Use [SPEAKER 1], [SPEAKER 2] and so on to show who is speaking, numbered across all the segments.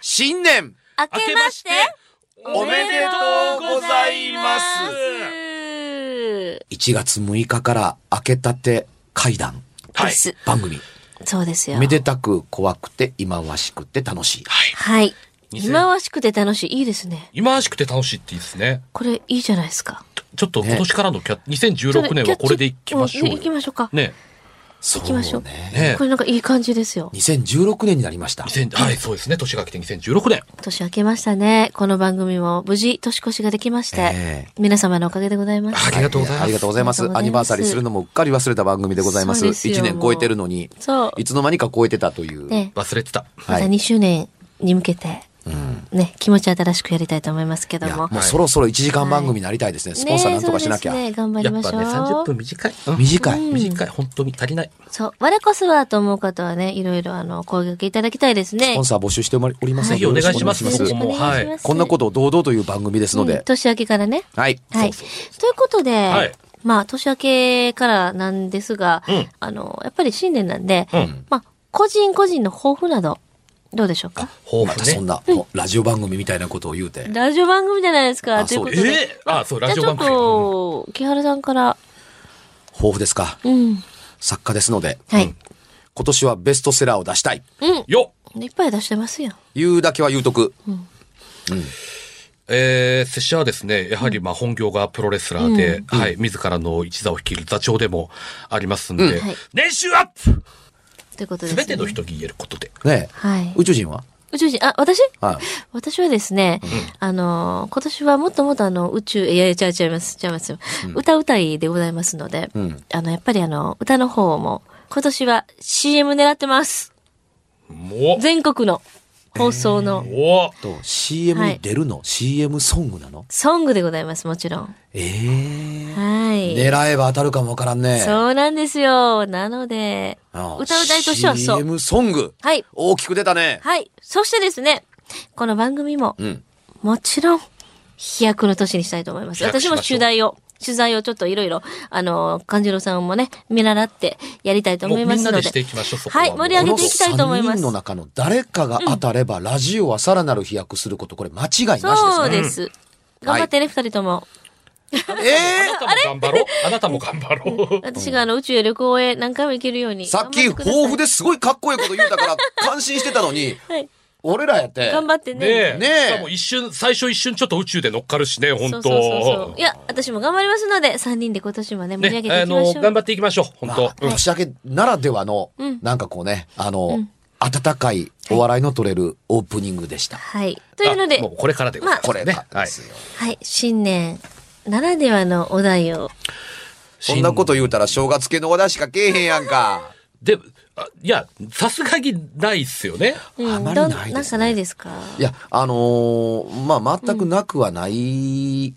[SPEAKER 1] 新年
[SPEAKER 2] 明けまして
[SPEAKER 1] おめでとうございます
[SPEAKER 2] す
[SPEAKER 1] !1 月6日から明けたて会談。
[SPEAKER 2] はい
[SPEAKER 1] 番組。
[SPEAKER 2] そうですよ
[SPEAKER 1] め。でたく怖くて忌まわしくて楽しい。
[SPEAKER 3] はい。
[SPEAKER 2] はい。
[SPEAKER 3] 2000
[SPEAKER 2] 忌まわしくて楽しい。いいですね。
[SPEAKER 3] 忌まわしくて楽しいっていいですね。
[SPEAKER 2] これいいじゃないですか。
[SPEAKER 3] ちょっと今年からのキャ、2016年はこれでいきましょう
[SPEAKER 2] い
[SPEAKER 3] よ。
[SPEAKER 2] きましょうか。
[SPEAKER 3] ね
[SPEAKER 1] そ
[SPEAKER 2] きましょう
[SPEAKER 1] ね。
[SPEAKER 3] ね
[SPEAKER 2] これなんかいい感じですよ。
[SPEAKER 1] 2016年になりました。
[SPEAKER 3] 2000はい、そうですね。年が来て2016年。
[SPEAKER 2] 年明けましたね。この番組も無事年越しができまして、
[SPEAKER 1] え
[SPEAKER 2] 皆様のおかげでございます。
[SPEAKER 3] ありがとうございます
[SPEAKER 1] ありがとうございま
[SPEAKER 2] あ
[SPEAKER 1] す
[SPEAKER 2] り。がとうございます
[SPEAKER 1] アニバーサリーするのもうっかり忘れた番組でございます。
[SPEAKER 2] そうですよ
[SPEAKER 1] 1年超えてるのに、
[SPEAKER 2] そう
[SPEAKER 1] い。つの間にか超えてたという。
[SPEAKER 2] ね、
[SPEAKER 3] 忘れてた。
[SPEAKER 2] ま
[SPEAKER 1] はい
[SPEAKER 2] た2周年に向けて、ね、気持ち新しくやりたいと思いますけ
[SPEAKER 1] い
[SPEAKER 2] ど
[SPEAKER 1] や、も
[SPEAKER 2] も。
[SPEAKER 1] うそろそろ1時間番組になりたいですね。スポンサーなんとかしなきゃ。
[SPEAKER 2] ねえそうですね、頑張り
[SPEAKER 3] やっ
[SPEAKER 2] ましょ
[SPEAKER 3] ぱ
[SPEAKER 2] う。
[SPEAKER 3] ね、30分短い。うん
[SPEAKER 1] 短い。
[SPEAKER 2] うん
[SPEAKER 3] 短い。本当に足りない。
[SPEAKER 2] そう。我こそはと思う方はね、いろいろあの、攻撃いただきたいです
[SPEAKER 1] ス
[SPEAKER 2] ね
[SPEAKER 1] ポン。サー募集しておりますの
[SPEAKER 3] ぜ
[SPEAKER 1] で、
[SPEAKER 3] ひお願いします
[SPEAKER 1] よろくお願い
[SPEAKER 3] ここもはい
[SPEAKER 1] こんなこととを堂々という番組ですので。
[SPEAKER 2] 年明けからね。
[SPEAKER 1] はい。
[SPEAKER 2] はい。
[SPEAKER 3] そう
[SPEAKER 2] ということで、
[SPEAKER 3] はい
[SPEAKER 2] まあ、年明けからなんですが、
[SPEAKER 3] うん
[SPEAKER 2] あの、やっぱり新年なんで、
[SPEAKER 3] うん。
[SPEAKER 2] まあ、個人個人の抱負など、どうでしょうか
[SPEAKER 3] 豊
[SPEAKER 1] また
[SPEAKER 3] 富
[SPEAKER 1] そん
[SPEAKER 3] ね。
[SPEAKER 1] な、もうラジオ番組みたいなことを言うて。
[SPEAKER 2] ラジオ番組じゃないですか、
[SPEAKER 1] あ
[SPEAKER 2] という
[SPEAKER 1] そ
[SPEAKER 2] こ
[SPEAKER 1] う
[SPEAKER 2] と
[SPEAKER 1] です
[SPEAKER 2] で。
[SPEAKER 3] ええあ、そう、ラジオ番組。
[SPEAKER 2] じゃあち
[SPEAKER 3] うん
[SPEAKER 2] ょっと、木原さんから、
[SPEAKER 1] 豊富ですか。
[SPEAKER 2] うん。
[SPEAKER 1] 作家ですので、
[SPEAKER 2] はい。
[SPEAKER 1] 今年はベストセラーを出したい。
[SPEAKER 2] うん。
[SPEAKER 3] よっ
[SPEAKER 2] いっぱい出してますよ。
[SPEAKER 1] 言うだけは言うとく。
[SPEAKER 3] えー、拙者はですね、やはりまあ本業がプロレスラーで、はい、自らの一座を率いる座長でもありますんで、
[SPEAKER 2] はい
[SPEAKER 3] 年収アップ
[SPEAKER 2] ということです、
[SPEAKER 3] す
[SPEAKER 2] ね。
[SPEAKER 3] べての人に言えることで。
[SPEAKER 1] ねえ
[SPEAKER 2] はい。
[SPEAKER 1] 宇宙人は
[SPEAKER 2] 宇宙人、あ、私
[SPEAKER 1] はい。
[SPEAKER 2] 私はですね、あの、今年はもっともっとあの、宇宙、いやいや、ちゃいちゃいます、ちゃいますよ。歌うたいでございますので、
[SPEAKER 1] ん
[SPEAKER 2] あの、やっぱりあの、歌の方も、今年は CM 狙ってます。
[SPEAKER 3] もう、
[SPEAKER 2] 全国の放送の
[SPEAKER 3] おー
[SPEAKER 1] と、CM に出るの、?CM ソングなの
[SPEAKER 2] ソングでございます、もちろん。
[SPEAKER 1] ええ
[SPEAKER 2] はい。
[SPEAKER 1] 狙えば当たるかもわからんね。
[SPEAKER 2] そうなんですよ。なので、
[SPEAKER 1] ああ
[SPEAKER 2] 歌うたいとしてはそう。
[SPEAKER 1] CM ソング。
[SPEAKER 2] はい。
[SPEAKER 1] 大きく出たね。
[SPEAKER 2] はい。そしてですね、この番組も、
[SPEAKER 1] うん。
[SPEAKER 2] もちろん、飛躍の年にしたいと思います。
[SPEAKER 3] 飛躍
[SPEAKER 2] 私
[SPEAKER 3] し
[SPEAKER 2] も
[SPEAKER 3] ましょう
[SPEAKER 2] 取材を、取材をちょっといろいろ、あの、勘次郎さんもね、見習ってやりたいと思いますの
[SPEAKER 3] もうみんな
[SPEAKER 2] で。
[SPEAKER 3] でしていきましょうそこは
[SPEAKER 2] はい、
[SPEAKER 3] もう
[SPEAKER 2] 盛り上げていきたいと思いま
[SPEAKER 1] この三
[SPEAKER 2] す。
[SPEAKER 1] 人の中の誰かが当たれば、ラジオはさらなる飛躍すること、これ間違いなしですね。
[SPEAKER 2] そうです。頑張ってね、二、人とも。
[SPEAKER 1] え
[SPEAKER 3] あなたも頑張ろう。あなたも頑張ろう。
[SPEAKER 2] 私があの、宇宙へ旅行へ何回も行けるように。
[SPEAKER 1] ー、さっき
[SPEAKER 2] 頑
[SPEAKER 1] 豊
[SPEAKER 2] 張てください
[SPEAKER 1] 富ですごいかっこいいこと言うたから、感心してたのに、
[SPEAKER 2] はい。
[SPEAKER 1] 俺らやって。
[SPEAKER 2] 頑張ってね。
[SPEAKER 3] ねえ。
[SPEAKER 1] ねえ
[SPEAKER 3] しかも一瞬、最初一瞬ちょっと宇宙で乗っかるしね、本
[SPEAKER 2] そう
[SPEAKER 3] 当
[SPEAKER 2] そうそうそう。いや、私も頑張りますので、三人で今年もね、盛り上
[SPEAKER 3] ね
[SPEAKER 2] げ、て
[SPEAKER 3] あ
[SPEAKER 2] いきましょ
[SPEAKER 3] の、
[SPEAKER 2] う。
[SPEAKER 3] 頑張っていきましょう、
[SPEAKER 1] ま
[SPEAKER 3] 本
[SPEAKER 1] あ、
[SPEAKER 3] 当。うん
[SPEAKER 1] 年明けならではの、
[SPEAKER 2] うん
[SPEAKER 1] なんかこうね、あの、
[SPEAKER 2] ん
[SPEAKER 1] 温かいお笑いの取れるオープニングでした。
[SPEAKER 2] はい。というので
[SPEAKER 3] あも、うこれからでございます
[SPEAKER 1] これ
[SPEAKER 3] ね
[SPEAKER 1] ね。。
[SPEAKER 3] はい。
[SPEAKER 2] はい、新年ならではのお題を。
[SPEAKER 1] そんなこと言うたら正月系の話題しかけえへんやんか。
[SPEAKER 3] で、あいや、さすがにないっすよね。
[SPEAKER 2] うん
[SPEAKER 1] あまり
[SPEAKER 2] どん
[SPEAKER 1] ないですね
[SPEAKER 2] んかないですか
[SPEAKER 1] いや、あのーまあ、全くなくはない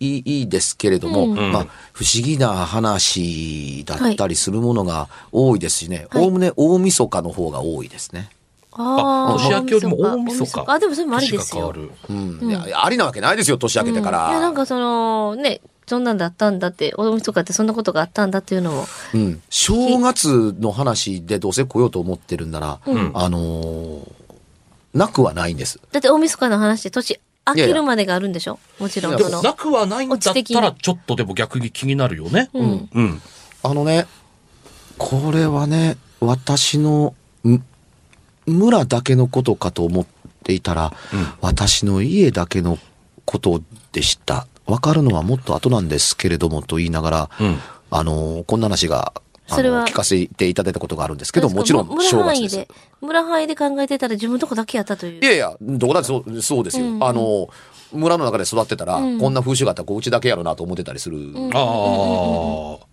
[SPEAKER 1] ですけれども、
[SPEAKER 2] うん
[SPEAKER 1] まあ、不思議な話だったりするものが多いですしね、おおむね大晦日の方が多いですね。
[SPEAKER 2] あー
[SPEAKER 3] 年明けよりも大晦
[SPEAKER 2] 大
[SPEAKER 3] 日。
[SPEAKER 2] あ、でもそれもありですよ。
[SPEAKER 3] 年が変わる
[SPEAKER 1] うん。いやありなわけないですよ、年明けてから。
[SPEAKER 2] うんいや、なんかその、ね、そんなんだったんだって、大晦日ってそんなことがあったんだっていうのも。
[SPEAKER 1] うん、正月の話でどうせ来ようと思ってるんなら、
[SPEAKER 3] ん
[SPEAKER 1] あのーなくはないんです。
[SPEAKER 2] だって大晦日の話って年明けるまでがあるんでしょもちろ
[SPEAKER 1] い
[SPEAKER 2] ん。
[SPEAKER 1] や
[SPEAKER 2] その
[SPEAKER 3] なくはないんだっ
[SPEAKER 2] 落ち的
[SPEAKER 3] たら、
[SPEAKER 2] に
[SPEAKER 3] ちょっとでも逆に気になるよね。
[SPEAKER 2] うん。
[SPEAKER 3] うん。
[SPEAKER 1] あのね、これはね、私のむ村だけのことかと思っていたら、私の家だけのことでした。わかるのはもっと後なんですけれどもと言いながら、
[SPEAKER 3] うん
[SPEAKER 1] あのーこんな話が、あ
[SPEAKER 2] それは
[SPEAKER 1] の聞かせていただいたことがあるんですけど、もちろん
[SPEAKER 2] 村
[SPEAKER 1] 正
[SPEAKER 2] 範
[SPEAKER 1] 月
[SPEAKER 2] 囲
[SPEAKER 1] です
[SPEAKER 2] で。、村範囲で考えてたら自分のとこだけやったという。
[SPEAKER 1] いやいや、どこだってそうそうですよ。
[SPEAKER 2] うん
[SPEAKER 1] あの、村の中で育ってたら、
[SPEAKER 2] うん
[SPEAKER 1] こんな風習があったらこううちだけやろなと思ってたりする
[SPEAKER 2] ん
[SPEAKER 3] ああ。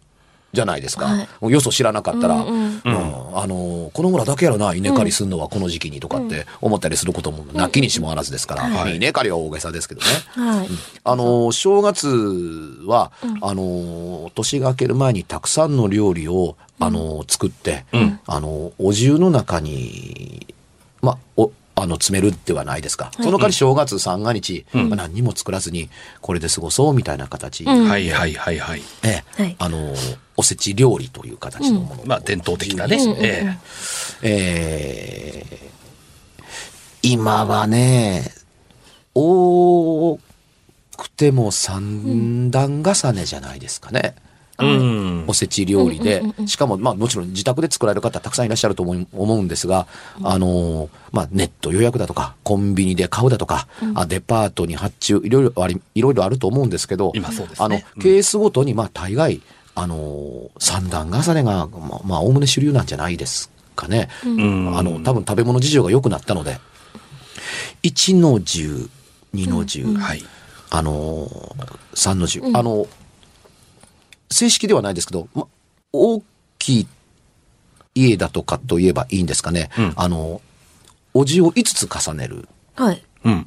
[SPEAKER 1] じゃないですか。
[SPEAKER 2] はい
[SPEAKER 1] もうよそ知らなかったら、
[SPEAKER 2] うんうん
[SPEAKER 1] うんあの、この村だけやろな、稲刈りすんのはこの時期にとかって思ったりすることもなきにしもあらずですから、
[SPEAKER 3] はい
[SPEAKER 1] 稲刈りは大げさですけど ね。
[SPEAKER 2] はい。
[SPEAKER 1] あの、正月は、あの、年が明ける前にたくさんの料理を、あの、作って、
[SPEAKER 3] ん
[SPEAKER 1] あの、お重の中に、ま、お、あの、詰めるではないですか。その代わり正月三が日、まあ何にも作らずに、これで過ごそうみたいな形、
[SPEAKER 2] うん
[SPEAKER 3] はいはいはいはい。
[SPEAKER 1] ええ
[SPEAKER 2] はい
[SPEAKER 1] あの、おせち料理という形のものを、
[SPEAKER 3] まあ、伝統的なね
[SPEAKER 1] 自由に。
[SPEAKER 3] ええ
[SPEAKER 1] えー今はね、多くても三段重ねじゃないですかね。
[SPEAKER 3] うん
[SPEAKER 1] お。せち料理で
[SPEAKER 2] うんうんうんう、ん
[SPEAKER 1] しかも、まあもちろん自宅で作られる方たくさんいらっしゃると思い思うんですが、あのー、まあネット予約だとか、コンビニで買うだとか、あデパートに発注、いろいろあり、いろいろあると思うんですけど、
[SPEAKER 3] 今そうですね
[SPEAKER 1] あの、ケースごとに、まあ大概、あのー、三段重ねが、まあまあ、おおむね主流なんじゃないですかね。
[SPEAKER 3] うん
[SPEAKER 1] あの、多分食べ物事情が良くなったので、1の10、2の10、
[SPEAKER 3] はい。
[SPEAKER 1] あのー、3の10、あの、正式ではないですけど、ま、大きい家だとかといえばいいんですかね、
[SPEAKER 3] うん
[SPEAKER 1] あの、おじを5つ重ねる
[SPEAKER 2] はい。
[SPEAKER 3] うん。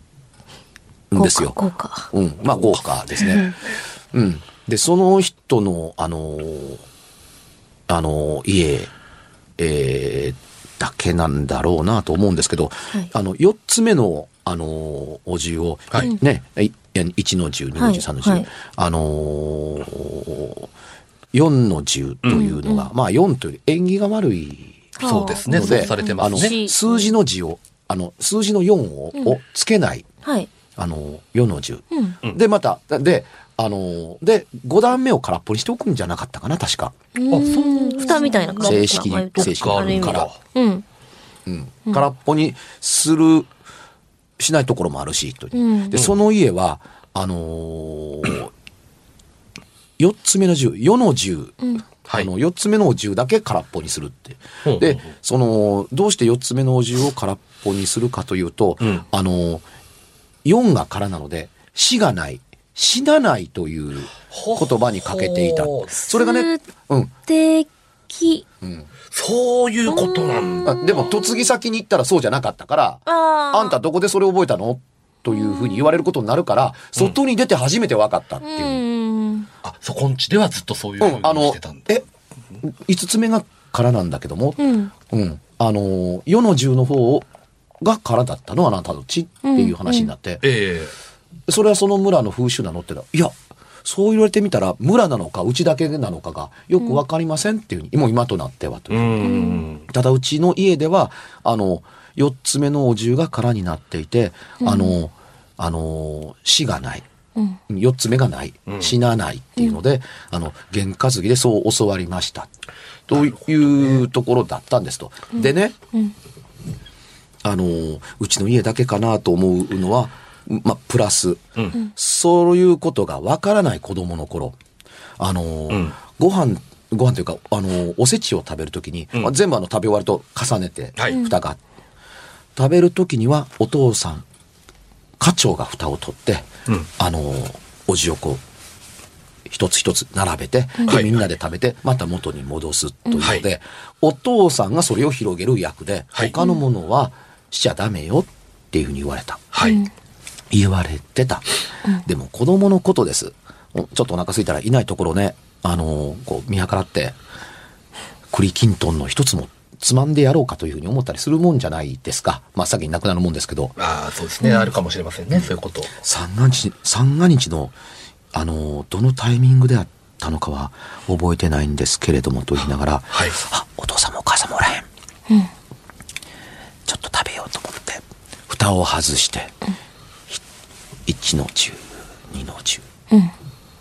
[SPEAKER 1] んですよ。
[SPEAKER 2] 豪華。豪華
[SPEAKER 1] うん、まあ豪華ですね。うん。で、その人の、あのーあのー家、えーだけなんだろうなと思うんですけど、
[SPEAKER 2] い
[SPEAKER 1] あの、4つ目の、あのーお重を、
[SPEAKER 3] はい
[SPEAKER 1] ね、い1の10、2の
[SPEAKER 2] はい
[SPEAKER 1] 10、3の10、
[SPEAKER 2] はい
[SPEAKER 1] あのー、4の10というのが、まあ4というより縁起が悪い
[SPEAKER 2] あー
[SPEAKER 3] そうですね。
[SPEAKER 1] の
[SPEAKER 3] そう
[SPEAKER 1] で、
[SPEAKER 3] されて
[SPEAKER 1] あ
[SPEAKER 3] ま
[SPEAKER 1] の、
[SPEAKER 3] すね。
[SPEAKER 2] し
[SPEAKER 1] 数字の字を、あの、数字の4を,、
[SPEAKER 2] うん
[SPEAKER 1] をつけない、
[SPEAKER 2] はい。
[SPEAKER 1] あの、4の10。
[SPEAKER 2] うん。
[SPEAKER 3] うん
[SPEAKER 1] で、また、で、あの、で、5段目を空っぽにしておくんじゃなかったかな、確か。
[SPEAKER 2] うん。蓋みたいな感じかな。
[SPEAKER 1] 正式に
[SPEAKER 2] まあ
[SPEAKER 1] 正式に
[SPEAKER 2] ある意味
[SPEAKER 1] か
[SPEAKER 2] で
[SPEAKER 1] ら
[SPEAKER 2] うん。
[SPEAKER 1] うん
[SPEAKER 2] うん
[SPEAKER 1] 空っぽにする、しないところもあるし、という
[SPEAKER 2] うん
[SPEAKER 1] で、その家は、あのー、4つ目の10、4の10、
[SPEAKER 2] うん。
[SPEAKER 3] は
[SPEAKER 1] あ
[SPEAKER 3] い
[SPEAKER 1] の、。4つ目のお重だけ空っぽにするって
[SPEAKER 3] ほうほう。
[SPEAKER 1] で、その、どうして4つ目のお重を空っぽにするかというと
[SPEAKER 3] うん、
[SPEAKER 1] あの、4が空なので、死がない、死なないという言葉にかけていた
[SPEAKER 3] ほう。
[SPEAKER 1] それがね、うん、
[SPEAKER 2] 素敵。
[SPEAKER 1] うん。
[SPEAKER 3] そういうことなんだ。
[SPEAKER 1] あでも、嫁ぎ先に行ったらそうじゃなかったから、
[SPEAKER 2] ああ。
[SPEAKER 1] あんたどこでそれ覚えたのというふうに言われることになるから、外に出て初めて分かったって
[SPEAKER 2] う
[SPEAKER 1] いう。
[SPEAKER 2] ん。
[SPEAKER 3] あ、そこんちではずっとそういうふう
[SPEAKER 1] うん
[SPEAKER 3] に、
[SPEAKER 1] あ
[SPEAKER 3] し
[SPEAKER 1] の
[SPEAKER 3] てたん、だ。
[SPEAKER 1] え、5つ目が空なんだけども、
[SPEAKER 2] うん。
[SPEAKER 1] うん、あのー世の中の方が空だったのあなたの血っていう話になって、
[SPEAKER 3] ええ。
[SPEAKER 1] それはその村の風習なのってのはいやそう言われてみたら村なのかうちだけなのかがよく分かりませんっていうに、もう今となってはというう、
[SPEAKER 3] ん。
[SPEAKER 1] ただうちの家ではあの4つ目のお重が空になっていて、あのあの死がない
[SPEAKER 2] うん。
[SPEAKER 1] 4つ目がない、
[SPEAKER 3] うん
[SPEAKER 1] 死なないっていうので、あの験担ぎでそう教わりましたというところだったんですと。でね、
[SPEAKER 2] うん
[SPEAKER 1] あのうちの家だけかなと思うのは、まあ、プラス、
[SPEAKER 3] うん。
[SPEAKER 1] そういうことがわからない子供の頃、あの、
[SPEAKER 3] ん
[SPEAKER 1] ご飯、ご飯というか、あのおせちを食べるときに、
[SPEAKER 3] うん
[SPEAKER 1] まあ全部あの食べ終わると重ねて、
[SPEAKER 3] はい
[SPEAKER 1] 蓋が。食べるときには、お父さん、家長が蓋を取って、
[SPEAKER 3] うん
[SPEAKER 1] あのおじをこう、一つ一つ並べて、
[SPEAKER 3] は
[SPEAKER 1] で
[SPEAKER 3] い
[SPEAKER 1] みんなで食べて、また元に戻すというの
[SPEAKER 3] はい
[SPEAKER 1] で、お父さんがそれを広げる役で、
[SPEAKER 3] はい
[SPEAKER 1] 他のものはしちゃダメよっていうふうに言われた。
[SPEAKER 3] はい。
[SPEAKER 1] 言われてた。でも子供のことです。おちょっとお腹空いたらいないところね、あのーこう見計らって、栗きんとんの一つもつまんでやろうかというふうに思ったりするもんじゃないですか。まあ先になくなるもんですけど、
[SPEAKER 3] ああ、そうですね。あるかもしれませんね。そういうこと。
[SPEAKER 1] 三が日、三が日の、あのーどのタイミングであったのかは覚えてないんですけれどもと言いながら、
[SPEAKER 3] はい。
[SPEAKER 1] あお父さんもお母さんもおらへん、ちょっと食べようと思って蓋を外して、ひ1の10 2の10、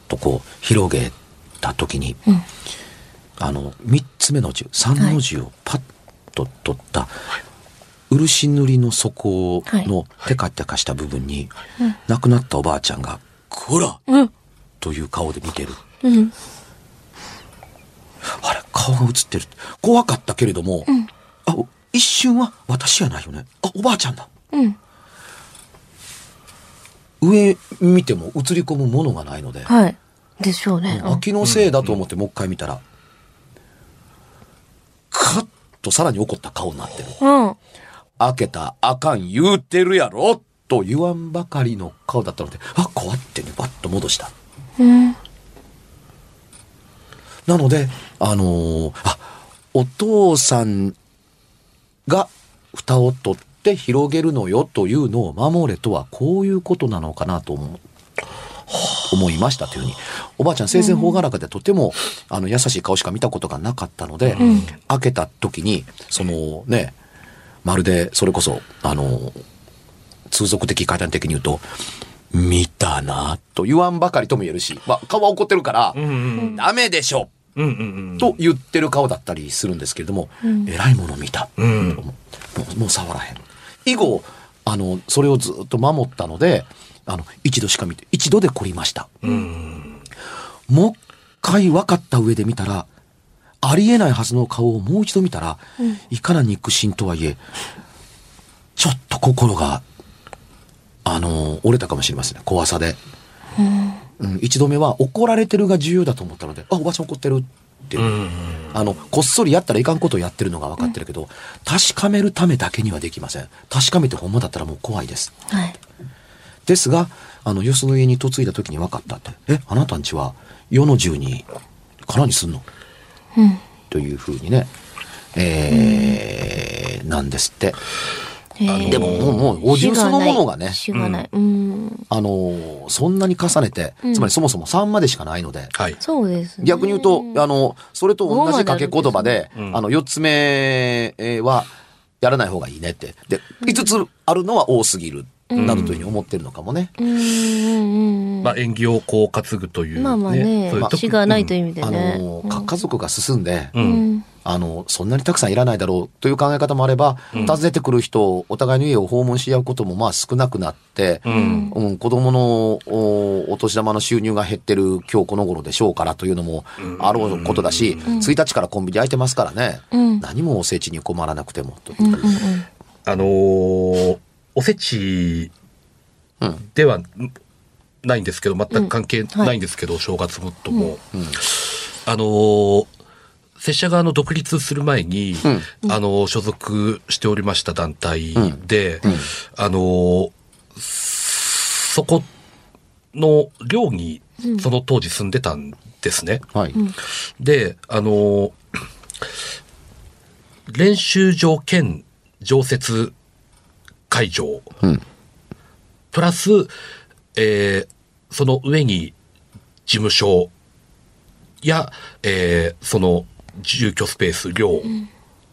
[SPEAKER 1] とこう広げた時に、あの3つ目の103の10をパッと取った、漆塗りの底のテカテカした部分に、亡くなったおばあちゃんが「こら!」
[SPEAKER 2] うん。
[SPEAKER 1] という顔で見てる。
[SPEAKER 2] うん。
[SPEAKER 1] あれ、顔が映ってる。怖かったけれども、あ一瞬は私やないよね。あ、おばあちゃんだ。
[SPEAKER 2] うん。
[SPEAKER 1] 上見ても映り込むものがないので、
[SPEAKER 2] はい。でしょうね。
[SPEAKER 1] 秋のせいだと思ってもう一回見たら、カッとさらに怒った顔になってる。
[SPEAKER 2] うん。うん
[SPEAKER 1] 開けたあかん言うてるやろと言わんばかりの顔だったので、あ、怖ってね、バッと戻した。
[SPEAKER 2] うん。
[SPEAKER 1] なので、あのーあ、お父さんが蓋を取って広げるのよというのを守れとはこういうことなのかなと思う。思いましたというふうに。おばあちゃん生前方がらかでとても、あの優しい顔しか見たことがなかったので、開けた時に、そのね、まるでそれこそ、あの、通俗的階段的に言うと、見たなと言わんばかりとも言えるし、まあ、顔は怒ってるから、
[SPEAKER 3] うんうん
[SPEAKER 1] ダメでしょ
[SPEAKER 3] うんうん
[SPEAKER 1] と言ってる顔だったりするんですけれども、えらいもの見た、
[SPEAKER 3] うんうん
[SPEAKER 1] もうもう触らへん以後あのそれをずっと守ったのであの一度しか見て一度で凝りました、もう一回分かった上で見たらありえないはずの顔をもう一度見たら、いかな肉親とはいえちょっと心があの折れたかもしれませんね怖さで、うん、一度目は怒られてるが重要だと思ったので「あおばちゃん怒ってる」って、あのこっそりやったらいかんことをやってるのが分かってるけど、確かめるためだけにはできません確かめてほんまだったらもう怖いです
[SPEAKER 2] はい。
[SPEAKER 1] ですがあのよその家に嫁いだ時に分かったって「えあなたんちは世の中に空にすんの?」
[SPEAKER 2] うん。
[SPEAKER 1] というふうにねえーなんですって
[SPEAKER 2] えー
[SPEAKER 1] でももうもうお重そのものがね
[SPEAKER 2] 死がない。うん。
[SPEAKER 1] あのーそんなに重ねて、
[SPEAKER 2] うん
[SPEAKER 1] つまりそもそも3までしかないので、
[SPEAKER 3] はい。
[SPEAKER 2] そうですね。
[SPEAKER 1] 逆に言うと、あの、それと同じ掛け言葉で、
[SPEAKER 3] うん
[SPEAKER 1] あの、4つ目えーは、やらない方がいいねって。で、5つあるのは多すぎる、などというふうに思ってるのかもね。
[SPEAKER 2] うんうんうん。
[SPEAKER 3] まあ、演技をこう担ぐという、
[SPEAKER 2] まあまあね
[SPEAKER 3] そういう、とこ
[SPEAKER 2] 死がないという意味で
[SPEAKER 1] あ
[SPEAKER 2] ね。
[SPEAKER 1] のー、か家族が進んで、
[SPEAKER 3] う。
[SPEAKER 2] うんん。
[SPEAKER 1] あの、そんなにたくさんいらないだろうという考え方もあれば、訪ねてくる人、お互いの家を訪問し合うこともまあ少なくなって、
[SPEAKER 3] うん。
[SPEAKER 1] うん、子供のおお年玉の収入が減ってる今日この頃でしょうからというのもあろうことだし、1日からコンビニ開いてますからね、
[SPEAKER 2] うん
[SPEAKER 1] 何もお世知に困らなくてもというう、
[SPEAKER 2] んうんうん。
[SPEAKER 3] あのーおせち
[SPEAKER 1] うん
[SPEAKER 3] ではんないんですけど、全く関係ないんですけど、正月もっとも。あのー拙者があの独立する前に、あのー所属しておりました団体で、あのーそこの寮にその当時住んでたんですね。
[SPEAKER 1] はい、
[SPEAKER 3] で、あのー練習場兼常設会場、
[SPEAKER 1] ん
[SPEAKER 3] プラス、えーその上に事務所や、えーその住居スペース寮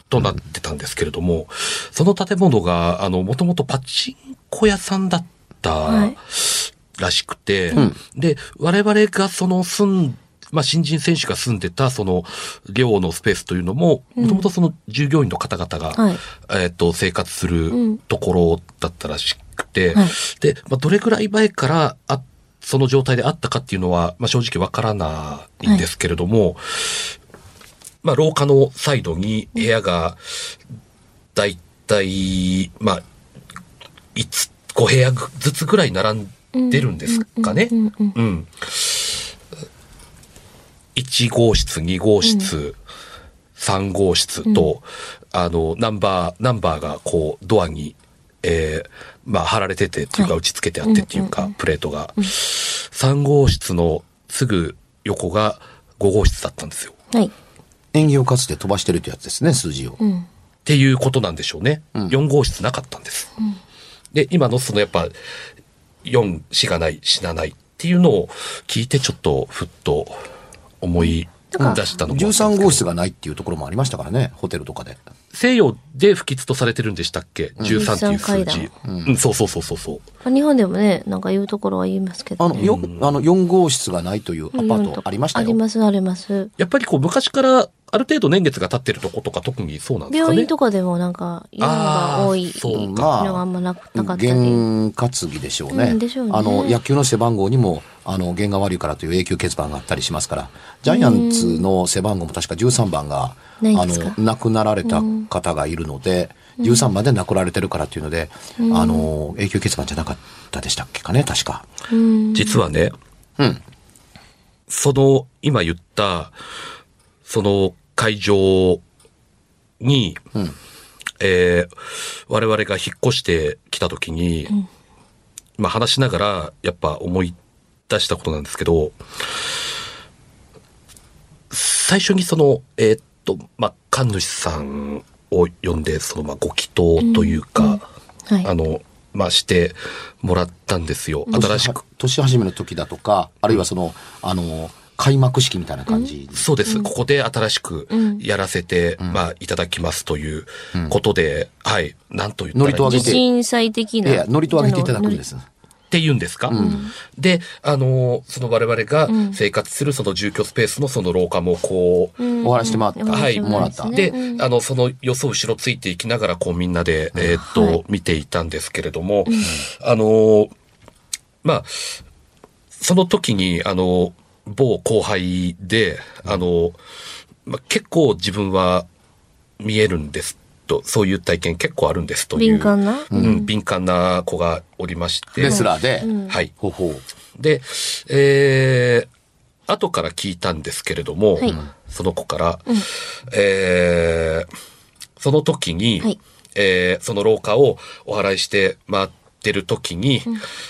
[SPEAKER 3] となってたんですけれども、その建物が、あの、もともとパチンコ屋さんだった、
[SPEAKER 2] はい
[SPEAKER 3] らしくて、で、我々がその住ん、まあ、新人選手が住んでた、その、寮のスペースというのも、もともとその従業員の方々が、
[SPEAKER 2] はい
[SPEAKER 3] えっ、と、生活す
[SPEAKER 2] うん
[SPEAKER 3] るところだったらしくて、
[SPEAKER 2] はい
[SPEAKER 3] で、まあ、どれくらい前からあ、その状態であったかっていうのは、まあ、正直わからないんですけれども、まあ、廊下のサイドに部屋が、だいたい、まあ、いつ、5部屋ずつぐらい並んでるんですかね。
[SPEAKER 2] うんうん。
[SPEAKER 3] うん。1号室、2号室、3号室と、あの、ナンバー、ナンバーがこう、ドアに、えーまあ、貼られててっていうか、
[SPEAKER 2] はい
[SPEAKER 3] 打ち付けてあってっていう
[SPEAKER 2] うんうん
[SPEAKER 3] か、プレートが。3号室のすぐ横が5号室だったんですよ。
[SPEAKER 2] はい。
[SPEAKER 1] 演技をかつて飛ばしてるってやつですね数字を、
[SPEAKER 2] うん。
[SPEAKER 3] っていうことなんでしょうね。
[SPEAKER 1] ん
[SPEAKER 3] 4号室なかったんです。で、今のそのやっぱ、4、死がない、死なないっていうのを聞いてちょっとふっと思い出したのもあったんですけど
[SPEAKER 1] 13号室がないっていうところもありましたからねホテルとかで
[SPEAKER 3] 西洋で不吉とされてるんでしたっけ ?13 っていう数字。うん、そうそうそうそうそう。
[SPEAKER 2] まあ日本でもね、なんか言うところは言いますけ
[SPEAKER 1] あ
[SPEAKER 2] ど
[SPEAKER 1] の
[SPEAKER 2] ね。
[SPEAKER 1] よあの4号室がないというアパ
[SPEAKER 2] うん
[SPEAKER 1] ートありました
[SPEAKER 2] あり
[SPEAKER 1] よ
[SPEAKER 2] ます、あります。
[SPEAKER 3] やっぱりこう昔からある程度年月が経ってるとことか特にそうなんですか
[SPEAKER 2] 病
[SPEAKER 3] ね
[SPEAKER 2] 院。とかでもなんか、色が多い
[SPEAKER 3] あーそう
[SPEAKER 2] の
[SPEAKER 1] か
[SPEAKER 2] があんまなくなかったり。
[SPEAKER 1] 弦担ぎでしょうね,、
[SPEAKER 2] うんでしょうね
[SPEAKER 1] あの野球の背番号にもあの弦が悪いからという永久欠番があったりしますからジャイアンツの背番号も確か13番が、
[SPEAKER 2] ない
[SPEAKER 1] あ
[SPEAKER 2] んですか
[SPEAKER 1] の亡くなられた方がいるので、13番で亡くなられてるからというので、あの永久欠番じゃなかったでしたっけかね確か。
[SPEAKER 2] うん。
[SPEAKER 3] 実はね、
[SPEAKER 1] うん
[SPEAKER 3] その今言った、その会場に、
[SPEAKER 1] うん
[SPEAKER 3] えー我々が引っ越してきた時に、まあ話しながらやっぱ思い出したことなんですけど、最初にその、えーっと、まあ、神主さんを呼んで、その、まあ、ご祈祷というか、
[SPEAKER 2] はい
[SPEAKER 3] あ。の、まあ、してもらったんですよ。新しく。
[SPEAKER 1] 年は年始めの時だとかあるいはその、あの開幕式みたいな感じです。
[SPEAKER 3] そうです、ここで新しくやらせて、まあ、いただきますということで、はい。なんと言ったら
[SPEAKER 1] ノ
[SPEAKER 3] いい
[SPEAKER 1] リと上げ
[SPEAKER 2] 地震祭的
[SPEAKER 1] い
[SPEAKER 2] な。
[SPEAKER 1] やいや、乗りと上げていただくんです。
[SPEAKER 3] って言うんですか、で、あの、その我々が生活するその住居スペースのその廊下もこう、
[SPEAKER 1] お話してもらった。
[SPEAKER 3] はい
[SPEAKER 1] もらった。
[SPEAKER 3] で、
[SPEAKER 2] うん
[SPEAKER 3] あの、その様子を後ろついていきながら、こうみんなで、えーっと、
[SPEAKER 2] はい
[SPEAKER 3] 見ていたんですけれども、あのー、まあ、その時に、あの、某後輩で、あの、まあ、結構自分は見えるんですと、そういう体験結構あるんですと
[SPEAKER 2] の
[SPEAKER 3] いう。
[SPEAKER 2] 敏感な。
[SPEAKER 3] うん、敏感な子がおりまして。
[SPEAKER 1] レスラーで、
[SPEAKER 2] うん
[SPEAKER 3] はい。
[SPEAKER 1] ほうほう。
[SPEAKER 3] で、えー、後から聞いたんですけれども、
[SPEAKER 2] はい
[SPEAKER 3] その子から、えー、その時に、
[SPEAKER 2] はい
[SPEAKER 3] えーその廊下をお祓いして回ってる時に、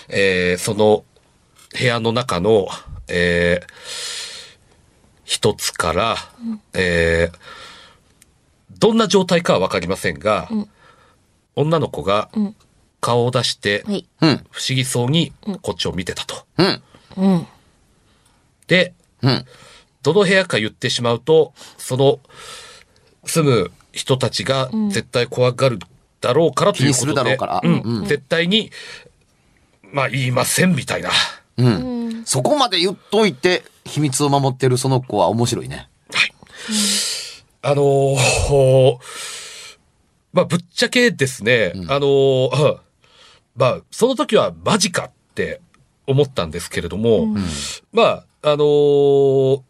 [SPEAKER 3] えーその部屋の中の、えー一つから、えーどんな状態かはわかりませんが、女の子が
[SPEAKER 2] ん
[SPEAKER 3] 顔を出して、
[SPEAKER 2] はい。
[SPEAKER 1] うん。
[SPEAKER 3] 不思議そうにこっちを見てたと。
[SPEAKER 1] うん。
[SPEAKER 2] うん。
[SPEAKER 3] で、
[SPEAKER 1] うん。
[SPEAKER 3] どの部屋か言ってしまうと、その住む人たちが絶対怖がるだろうからという
[SPEAKER 1] 気にす
[SPEAKER 3] ことで、
[SPEAKER 1] るだろうから
[SPEAKER 3] うん
[SPEAKER 1] うん
[SPEAKER 3] 絶対に、まあ言いませんみたいな。
[SPEAKER 1] うん。
[SPEAKER 2] うん
[SPEAKER 1] そこまで言っといて、秘密を守ってるその子は面白いね。
[SPEAKER 3] あのーまあぶっちゃけですね、あのー うんまあその時はマジかって思ったんですけれども、まあ、あのー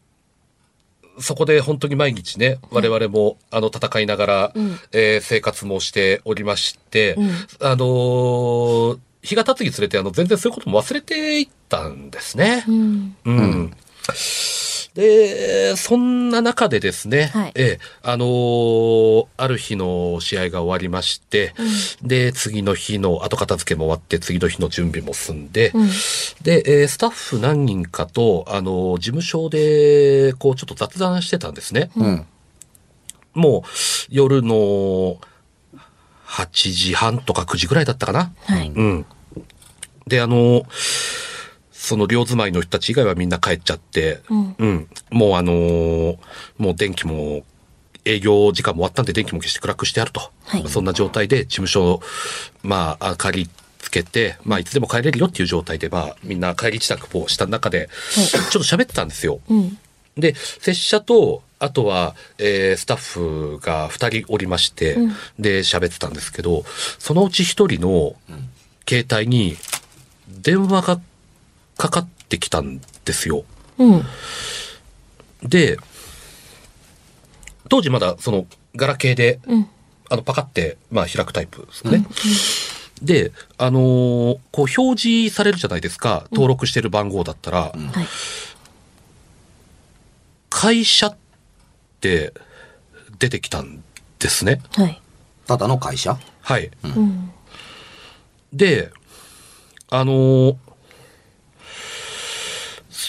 [SPEAKER 3] そこで本当に毎日ね、我々も、あの、戦いながら、
[SPEAKER 2] うん
[SPEAKER 3] えー生活もしておりまして、
[SPEAKER 2] うん
[SPEAKER 3] あのー日が経つにつれて、あの、全然そういうことも忘れていったんですね。
[SPEAKER 2] うん。
[SPEAKER 3] うん。で、そんな中でですね、
[SPEAKER 2] はい
[SPEAKER 3] えーあのーある日の試合が終わりまして、で、次の日の後片付けも終わって、次の日の準備も済んで、
[SPEAKER 2] うん。
[SPEAKER 3] で、えースタッフ何人かと、あの、事務所で、こう、ちょっと雑談してたんですね。
[SPEAKER 1] うん。
[SPEAKER 3] もう、夜の8時半とか9時ぐらいだったかな。
[SPEAKER 2] はい。
[SPEAKER 3] うん。で、あの、その両住まいの人たち以外はみんな帰っちゃって、
[SPEAKER 2] うん。
[SPEAKER 3] うん。もうあのーもう電気も、営業時間も終わったんで電気も消して暗くしてあると。
[SPEAKER 2] はい
[SPEAKER 3] そんな状態で事務所を、まあ、明かりつけて、まあ、いつでも帰れるよっていう状態で、まあ、みんな帰り支度をした中で、ちょっと喋ってたんですよ。
[SPEAKER 2] うん。
[SPEAKER 3] で、拙者と、あとは、えースタッフが2人おりまして、
[SPEAKER 2] うん
[SPEAKER 3] で、喋ってたんですけど、そのうち1人の携帯に電話がかかってきたんですよ。
[SPEAKER 2] うん。
[SPEAKER 3] で、当時まだそのガラケーで、
[SPEAKER 2] うん。
[SPEAKER 3] あのパカって、まあ、開くタイプですね。で、あのーこう表示されるじゃないですか、登録してる番号だったら、
[SPEAKER 2] はい。
[SPEAKER 3] 会社って出てきたんですね。
[SPEAKER 2] はい。
[SPEAKER 1] ただの会社
[SPEAKER 3] はい。
[SPEAKER 2] うん。
[SPEAKER 3] で、あのー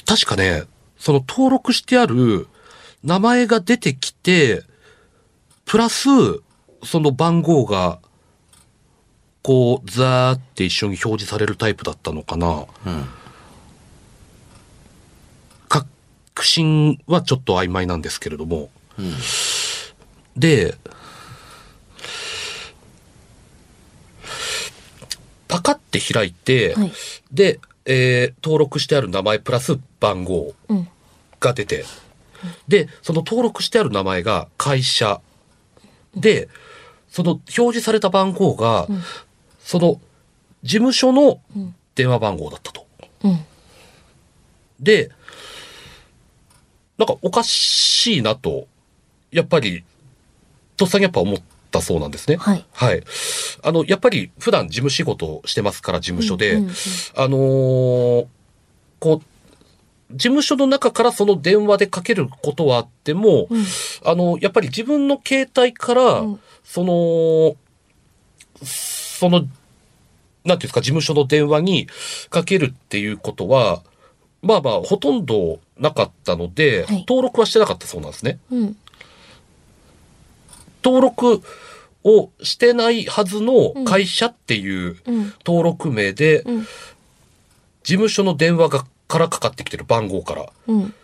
[SPEAKER 3] 確かね、その登録してある名前が出てきて、プラス、その番号が、こう、ザーって一緒に表示されるタイプだったのかな。
[SPEAKER 1] うん。
[SPEAKER 3] 確信はちょっと曖昧なんですけれども。
[SPEAKER 1] うん。
[SPEAKER 3] で、パカって開いて、
[SPEAKER 2] はい。
[SPEAKER 3] で、えー登録してある名前プラス番号
[SPEAKER 2] うん。
[SPEAKER 3] が出て、で、その登録してある名前が会社で、その表示された番号が、その事務所の電話番号だったと。
[SPEAKER 2] うん。
[SPEAKER 3] で、なんかおかしいなと、やっぱり、とっさにやっぱ思ったそうなんですね。
[SPEAKER 2] はい。
[SPEAKER 3] はい。あの、やっぱり普段事務仕事をしてますから、事務所で、
[SPEAKER 2] うんうんうん
[SPEAKER 3] あのーこう、事務所の中からその電話でかけることはあっても、
[SPEAKER 2] うん
[SPEAKER 3] あの、やっぱり自分の携帯から、
[SPEAKER 2] うん
[SPEAKER 3] その、その、なんていうんですか、事務所の電話にかけるっていうことは、まあまあ、ほとんどなかったので、
[SPEAKER 2] はい
[SPEAKER 3] 登録はしてなかったそうなんですね。
[SPEAKER 2] うん。
[SPEAKER 3] 登録をしてないはずの会社っていう
[SPEAKER 2] うん。
[SPEAKER 3] 登録名で、
[SPEAKER 2] うん。
[SPEAKER 3] 事務所の電話がからかかってきてる番号から。
[SPEAKER 2] うん。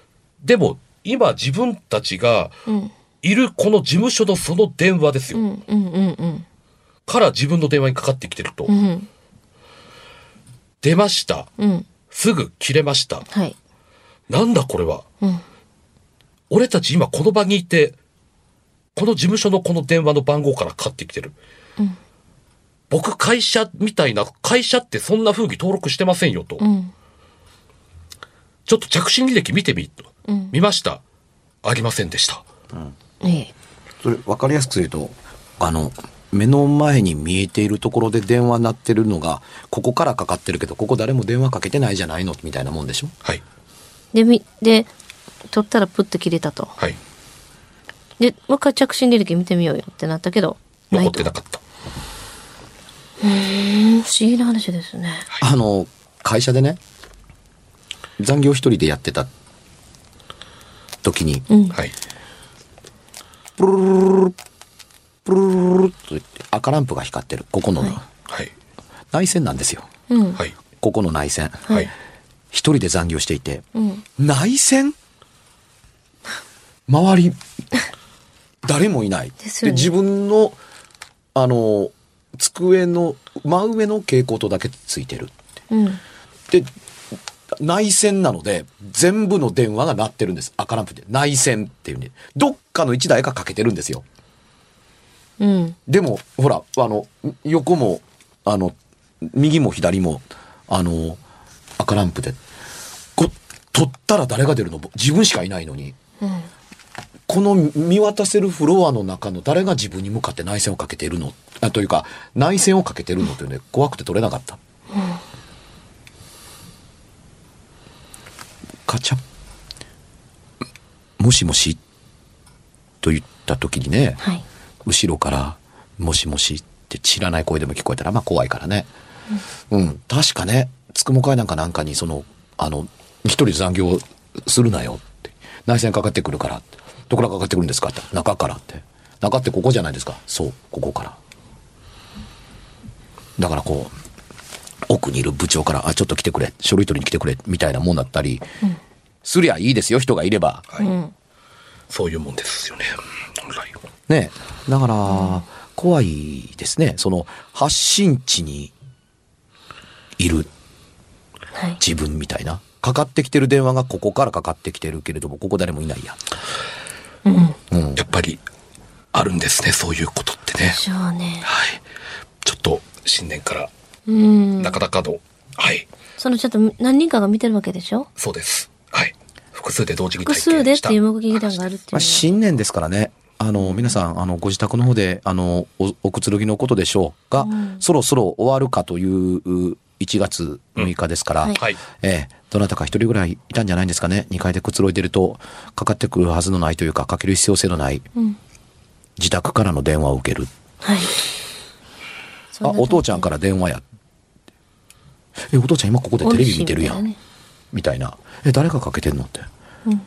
[SPEAKER 3] でも、今自分たちが
[SPEAKER 2] うん
[SPEAKER 3] いるこの事務所のその電話です
[SPEAKER 2] う
[SPEAKER 3] よ。
[SPEAKER 2] んうんうんうん
[SPEAKER 3] から自分の電話にかかってきてると。
[SPEAKER 2] うん
[SPEAKER 3] 出ました。
[SPEAKER 2] うん
[SPEAKER 3] すぐ切れました。
[SPEAKER 2] はい
[SPEAKER 3] なんだこれは。
[SPEAKER 2] うん
[SPEAKER 3] 俺たち今この場にいて、この事務所のこの電話の番号からかかってきてる。
[SPEAKER 2] うん
[SPEAKER 3] 僕会社みたいな、会社ってそんな風に登録してませんよと。
[SPEAKER 2] うん
[SPEAKER 3] ちょっと着信履歴見てみ、と。
[SPEAKER 2] うん
[SPEAKER 3] 見ました。ありませんでした。
[SPEAKER 2] ええ
[SPEAKER 1] それ分かりやすく言うとあの目の前に見えているところで電話鳴ってるのがここからかかってるけどここ誰も電話かけてないじゃないのみたいなもんでしょ
[SPEAKER 3] はい。
[SPEAKER 2] でみで取ったらプッと切れたと
[SPEAKER 3] はい。
[SPEAKER 2] でもう一回着信履歴見てみようよってなったけどな
[SPEAKER 3] 残
[SPEAKER 2] い
[SPEAKER 3] って
[SPEAKER 2] と
[SPEAKER 3] なかった。
[SPEAKER 2] うん不思議な話ですね
[SPEAKER 1] あの会社でね残業一人でやってた時に
[SPEAKER 2] うん
[SPEAKER 3] はい。
[SPEAKER 1] プルルルルプルルルルと言って赤ランプが光ってるここの、
[SPEAKER 3] はい。
[SPEAKER 1] 内線なんですよ
[SPEAKER 2] うん
[SPEAKER 3] はい。
[SPEAKER 1] ここの内線
[SPEAKER 3] はい。
[SPEAKER 1] 一人で残業していて
[SPEAKER 2] うん
[SPEAKER 1] 内線周り誰もいない
[SPEAKER 2] ですよね
[SPEAKER 1] 自分のあの机の真上の蛍光灯だけついてる
[SPEAKER 2] うん
[SPEAKER 1] で内線なので全部の電話が鳴ってるんです赤ランプで内線っていうねどっかの1台がかけてるんですよ
[SPEAKER 2] うん
[SPEAKER 1] でもほらあの横もあの右も左もあの赤ランプでこ取ったら誰が出るの自分しかいないのに
[SPEAKER 2] うん
[SPEAKER 1] この見渡せるフロアの中の誰が自分に向かって内線をかけているのあというか内線をかけているのというので怖くて取れなかった、カチャもしもしと言った時にね、
[SPEAKER 2] はい
[SPEAKER 1] 後ろから「もしもし」って知らない声でも聞こえたらまあ怖いからねうん、確かねつくも会なんかなんかにそのあの一人で残業するなよって内線かかってくるからってどこからかかってくるんですかって中からって中ってここじゃないですかそうここからだからこう奥にいる部長から「あちょっと来てくれ書類取りに来てくれ」みたいなもんだったり、すりゃいいですよ人がいれば
[SPEAKER 2] うん
[SPEAKER 3] そういうもんですよね。本来
[SPEAKER 1] ねだから怖いですねその発信地にいる
[SPEAKER 2] はい
[SPEAKER 1] 自分みたいなかかってきてる電話がここからかかってきてるけれどもここ誰もいないや
[SPEAKER 2] うん
[SPEAKER 1] うん
[SPEAKER 3] やっぱり、あるんですね。そういうことってね
[SPEAKER 2] で。しょうね
[SPEAKER 3] はい。ちょっと、新年から、
[SPEAKER 2] うん
[SPEAKER 3] なかなかの、はい。
[SPEAKER 2] そのちょっと何人かが見てるわけでしょ
[SPEAKER 3] そうです。はい。複数で同時に
[SPEAKER 2] 複
[SPEAKER 3] 体験した
[SPEAKER 2] 数でっていう目撃談がある
[SPEAKER 1] ま
[SPEAKER 2] っていうの
[SPEAKER 1] あ、
[SPEAKER 2] は
[SPEAKER 1] 新年ですからねあの皆さんあのご自宅の方であのおおくつろぎのことでしょうが、
[SPEAKER 2] うん
[SPEAKER 1] そろそろ終わるかというう1月6日ですから、
[SPEAKER 2] うんはい
[SPEAKER 3] はい。
[SPEAKER 1] ええ、どなたか一人ぐらいいたんじゃないんですかね2階でくつろいでるとかかってくるはずのないというかかける必要性のない
[SPEAKER 2] うん
[SPEAKER 1] 自宅からの電話を受ける
[SPEAKER 2] はいそ
[SPEAKER 1] あ
[SPEAKER 2] な感じ
[SPEAKER 1] お父ちゃんから電話やえお父ちゃん今ここでテレビ見てるや
[SPEAKER 2] 音信
[SPEAKER 1] ん
[SPEAKER 2] み
[SPEAKER 1] みたいなえ誰がかけてんのって
[SPEAKER 2] たいなね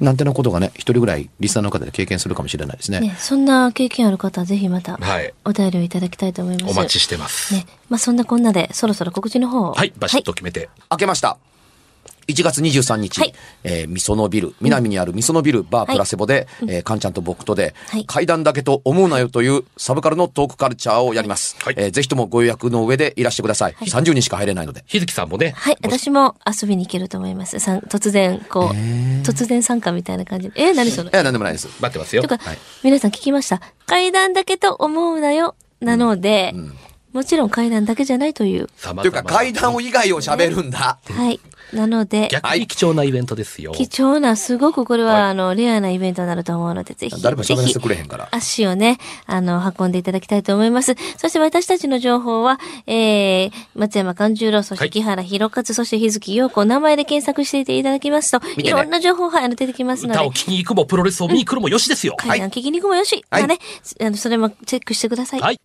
[SPEAKER 1] なんてなことがね一人ぐらいリスナーの方で経験するかもしれないです
[SPEAKER 2] う
[SPEAKER 1] ね
[SPEAKER 2] んねそんな経験ある方はぜひまた
[SPEAKER 3] はい。
[SPEAKER 2] お便りをいただきたいと思います
[SPEAKER 3] お待ちしてます。
[SPEAKER 2] ね、まあそんなこんなでそろそろ告知の方を
[SPEAKER 3] はい。バシッと決めて。
[SPEAKER 1] 明けました1月23日、
[SPEAKER 2] はい
[SPEAKER 1] えーみそのビル南にあるみそのビルバー
[SPEAKER 2] はい
[SPEAKER 1] プラセボで、えーかんちゃんと僕とで、
[SPEAKER 2] はい
[SPEAKER 1] 階段だけと思うなよというサブカルのトークカルチャーをやります、
[SPEAKER 3] はい
[SPEAKER 1] えーぜひともご予約の上でいらしてください、30人しか入れないので
[SPEAKER 3] 日月さんもね。
[SPEAKER 2] はい、
[SPEAKER 3] もし
[SPEAKER 2] 私も遊びに行けると思いますさん突然こう、突然参加みたいな感じでえー、何その
[SPEAKER 1] えー、何でもないです
[SPEAKER 3] 待ってますよ
[SPEAKER 2] と。か、
[SPEAKER 1] はい
[SPEAKER 2] 皆さん聞きました階段だけと思うなよなので、もちろん階段だけじゃないという
[SPEAKER 3] 様
[SPEAKER 1] というか階段を以外を喋るんだ
[SPEAKER 2] はいなので
[SPEAKER 3] 逆に貴重なイベントですよ。
[SPEAKER 2] 貴重な、すごくこれは、
[SPEAKER 3] はい
[SPEAKER 2] あの、レアなイベントになると思うので、ぜひ、
[SPEAKER 1] 誰も
[SPEAKER 2] ぜ
[SPEAKER 1] 喋らせ
[SPEAKER 2] ひ
[SPEAKER 1] て、くれへんから
[SPEAKER 2] 足をね、あの、運んでいただきたいと思います。そして私たちの情報は、えー、松山勘十郎、そし
[SPEAKER 3] は
[SPEAKER 2] て
[SPEAKER 3] い
[SPEAKER 2] 木原博勝、そして日月陽子、名前で検索していていただきますと、
[SPEAKER 1] 見てね
[SPEAKER 2] いろんな情報が、はいあの出てきますの
[SPEAKER 3] 歌を
[SPEAKER 2] で
[SPEAKER 3] 聴、きに行くも、プロレスを見に来るもよしですよ。
[SPEAKER 2] 階段聞きに行くもよし、
[SPEAKER 1] はい
[SPEAKER 2] まあね、あの、それもチェックしてください。
[SPEAKER 3] はい。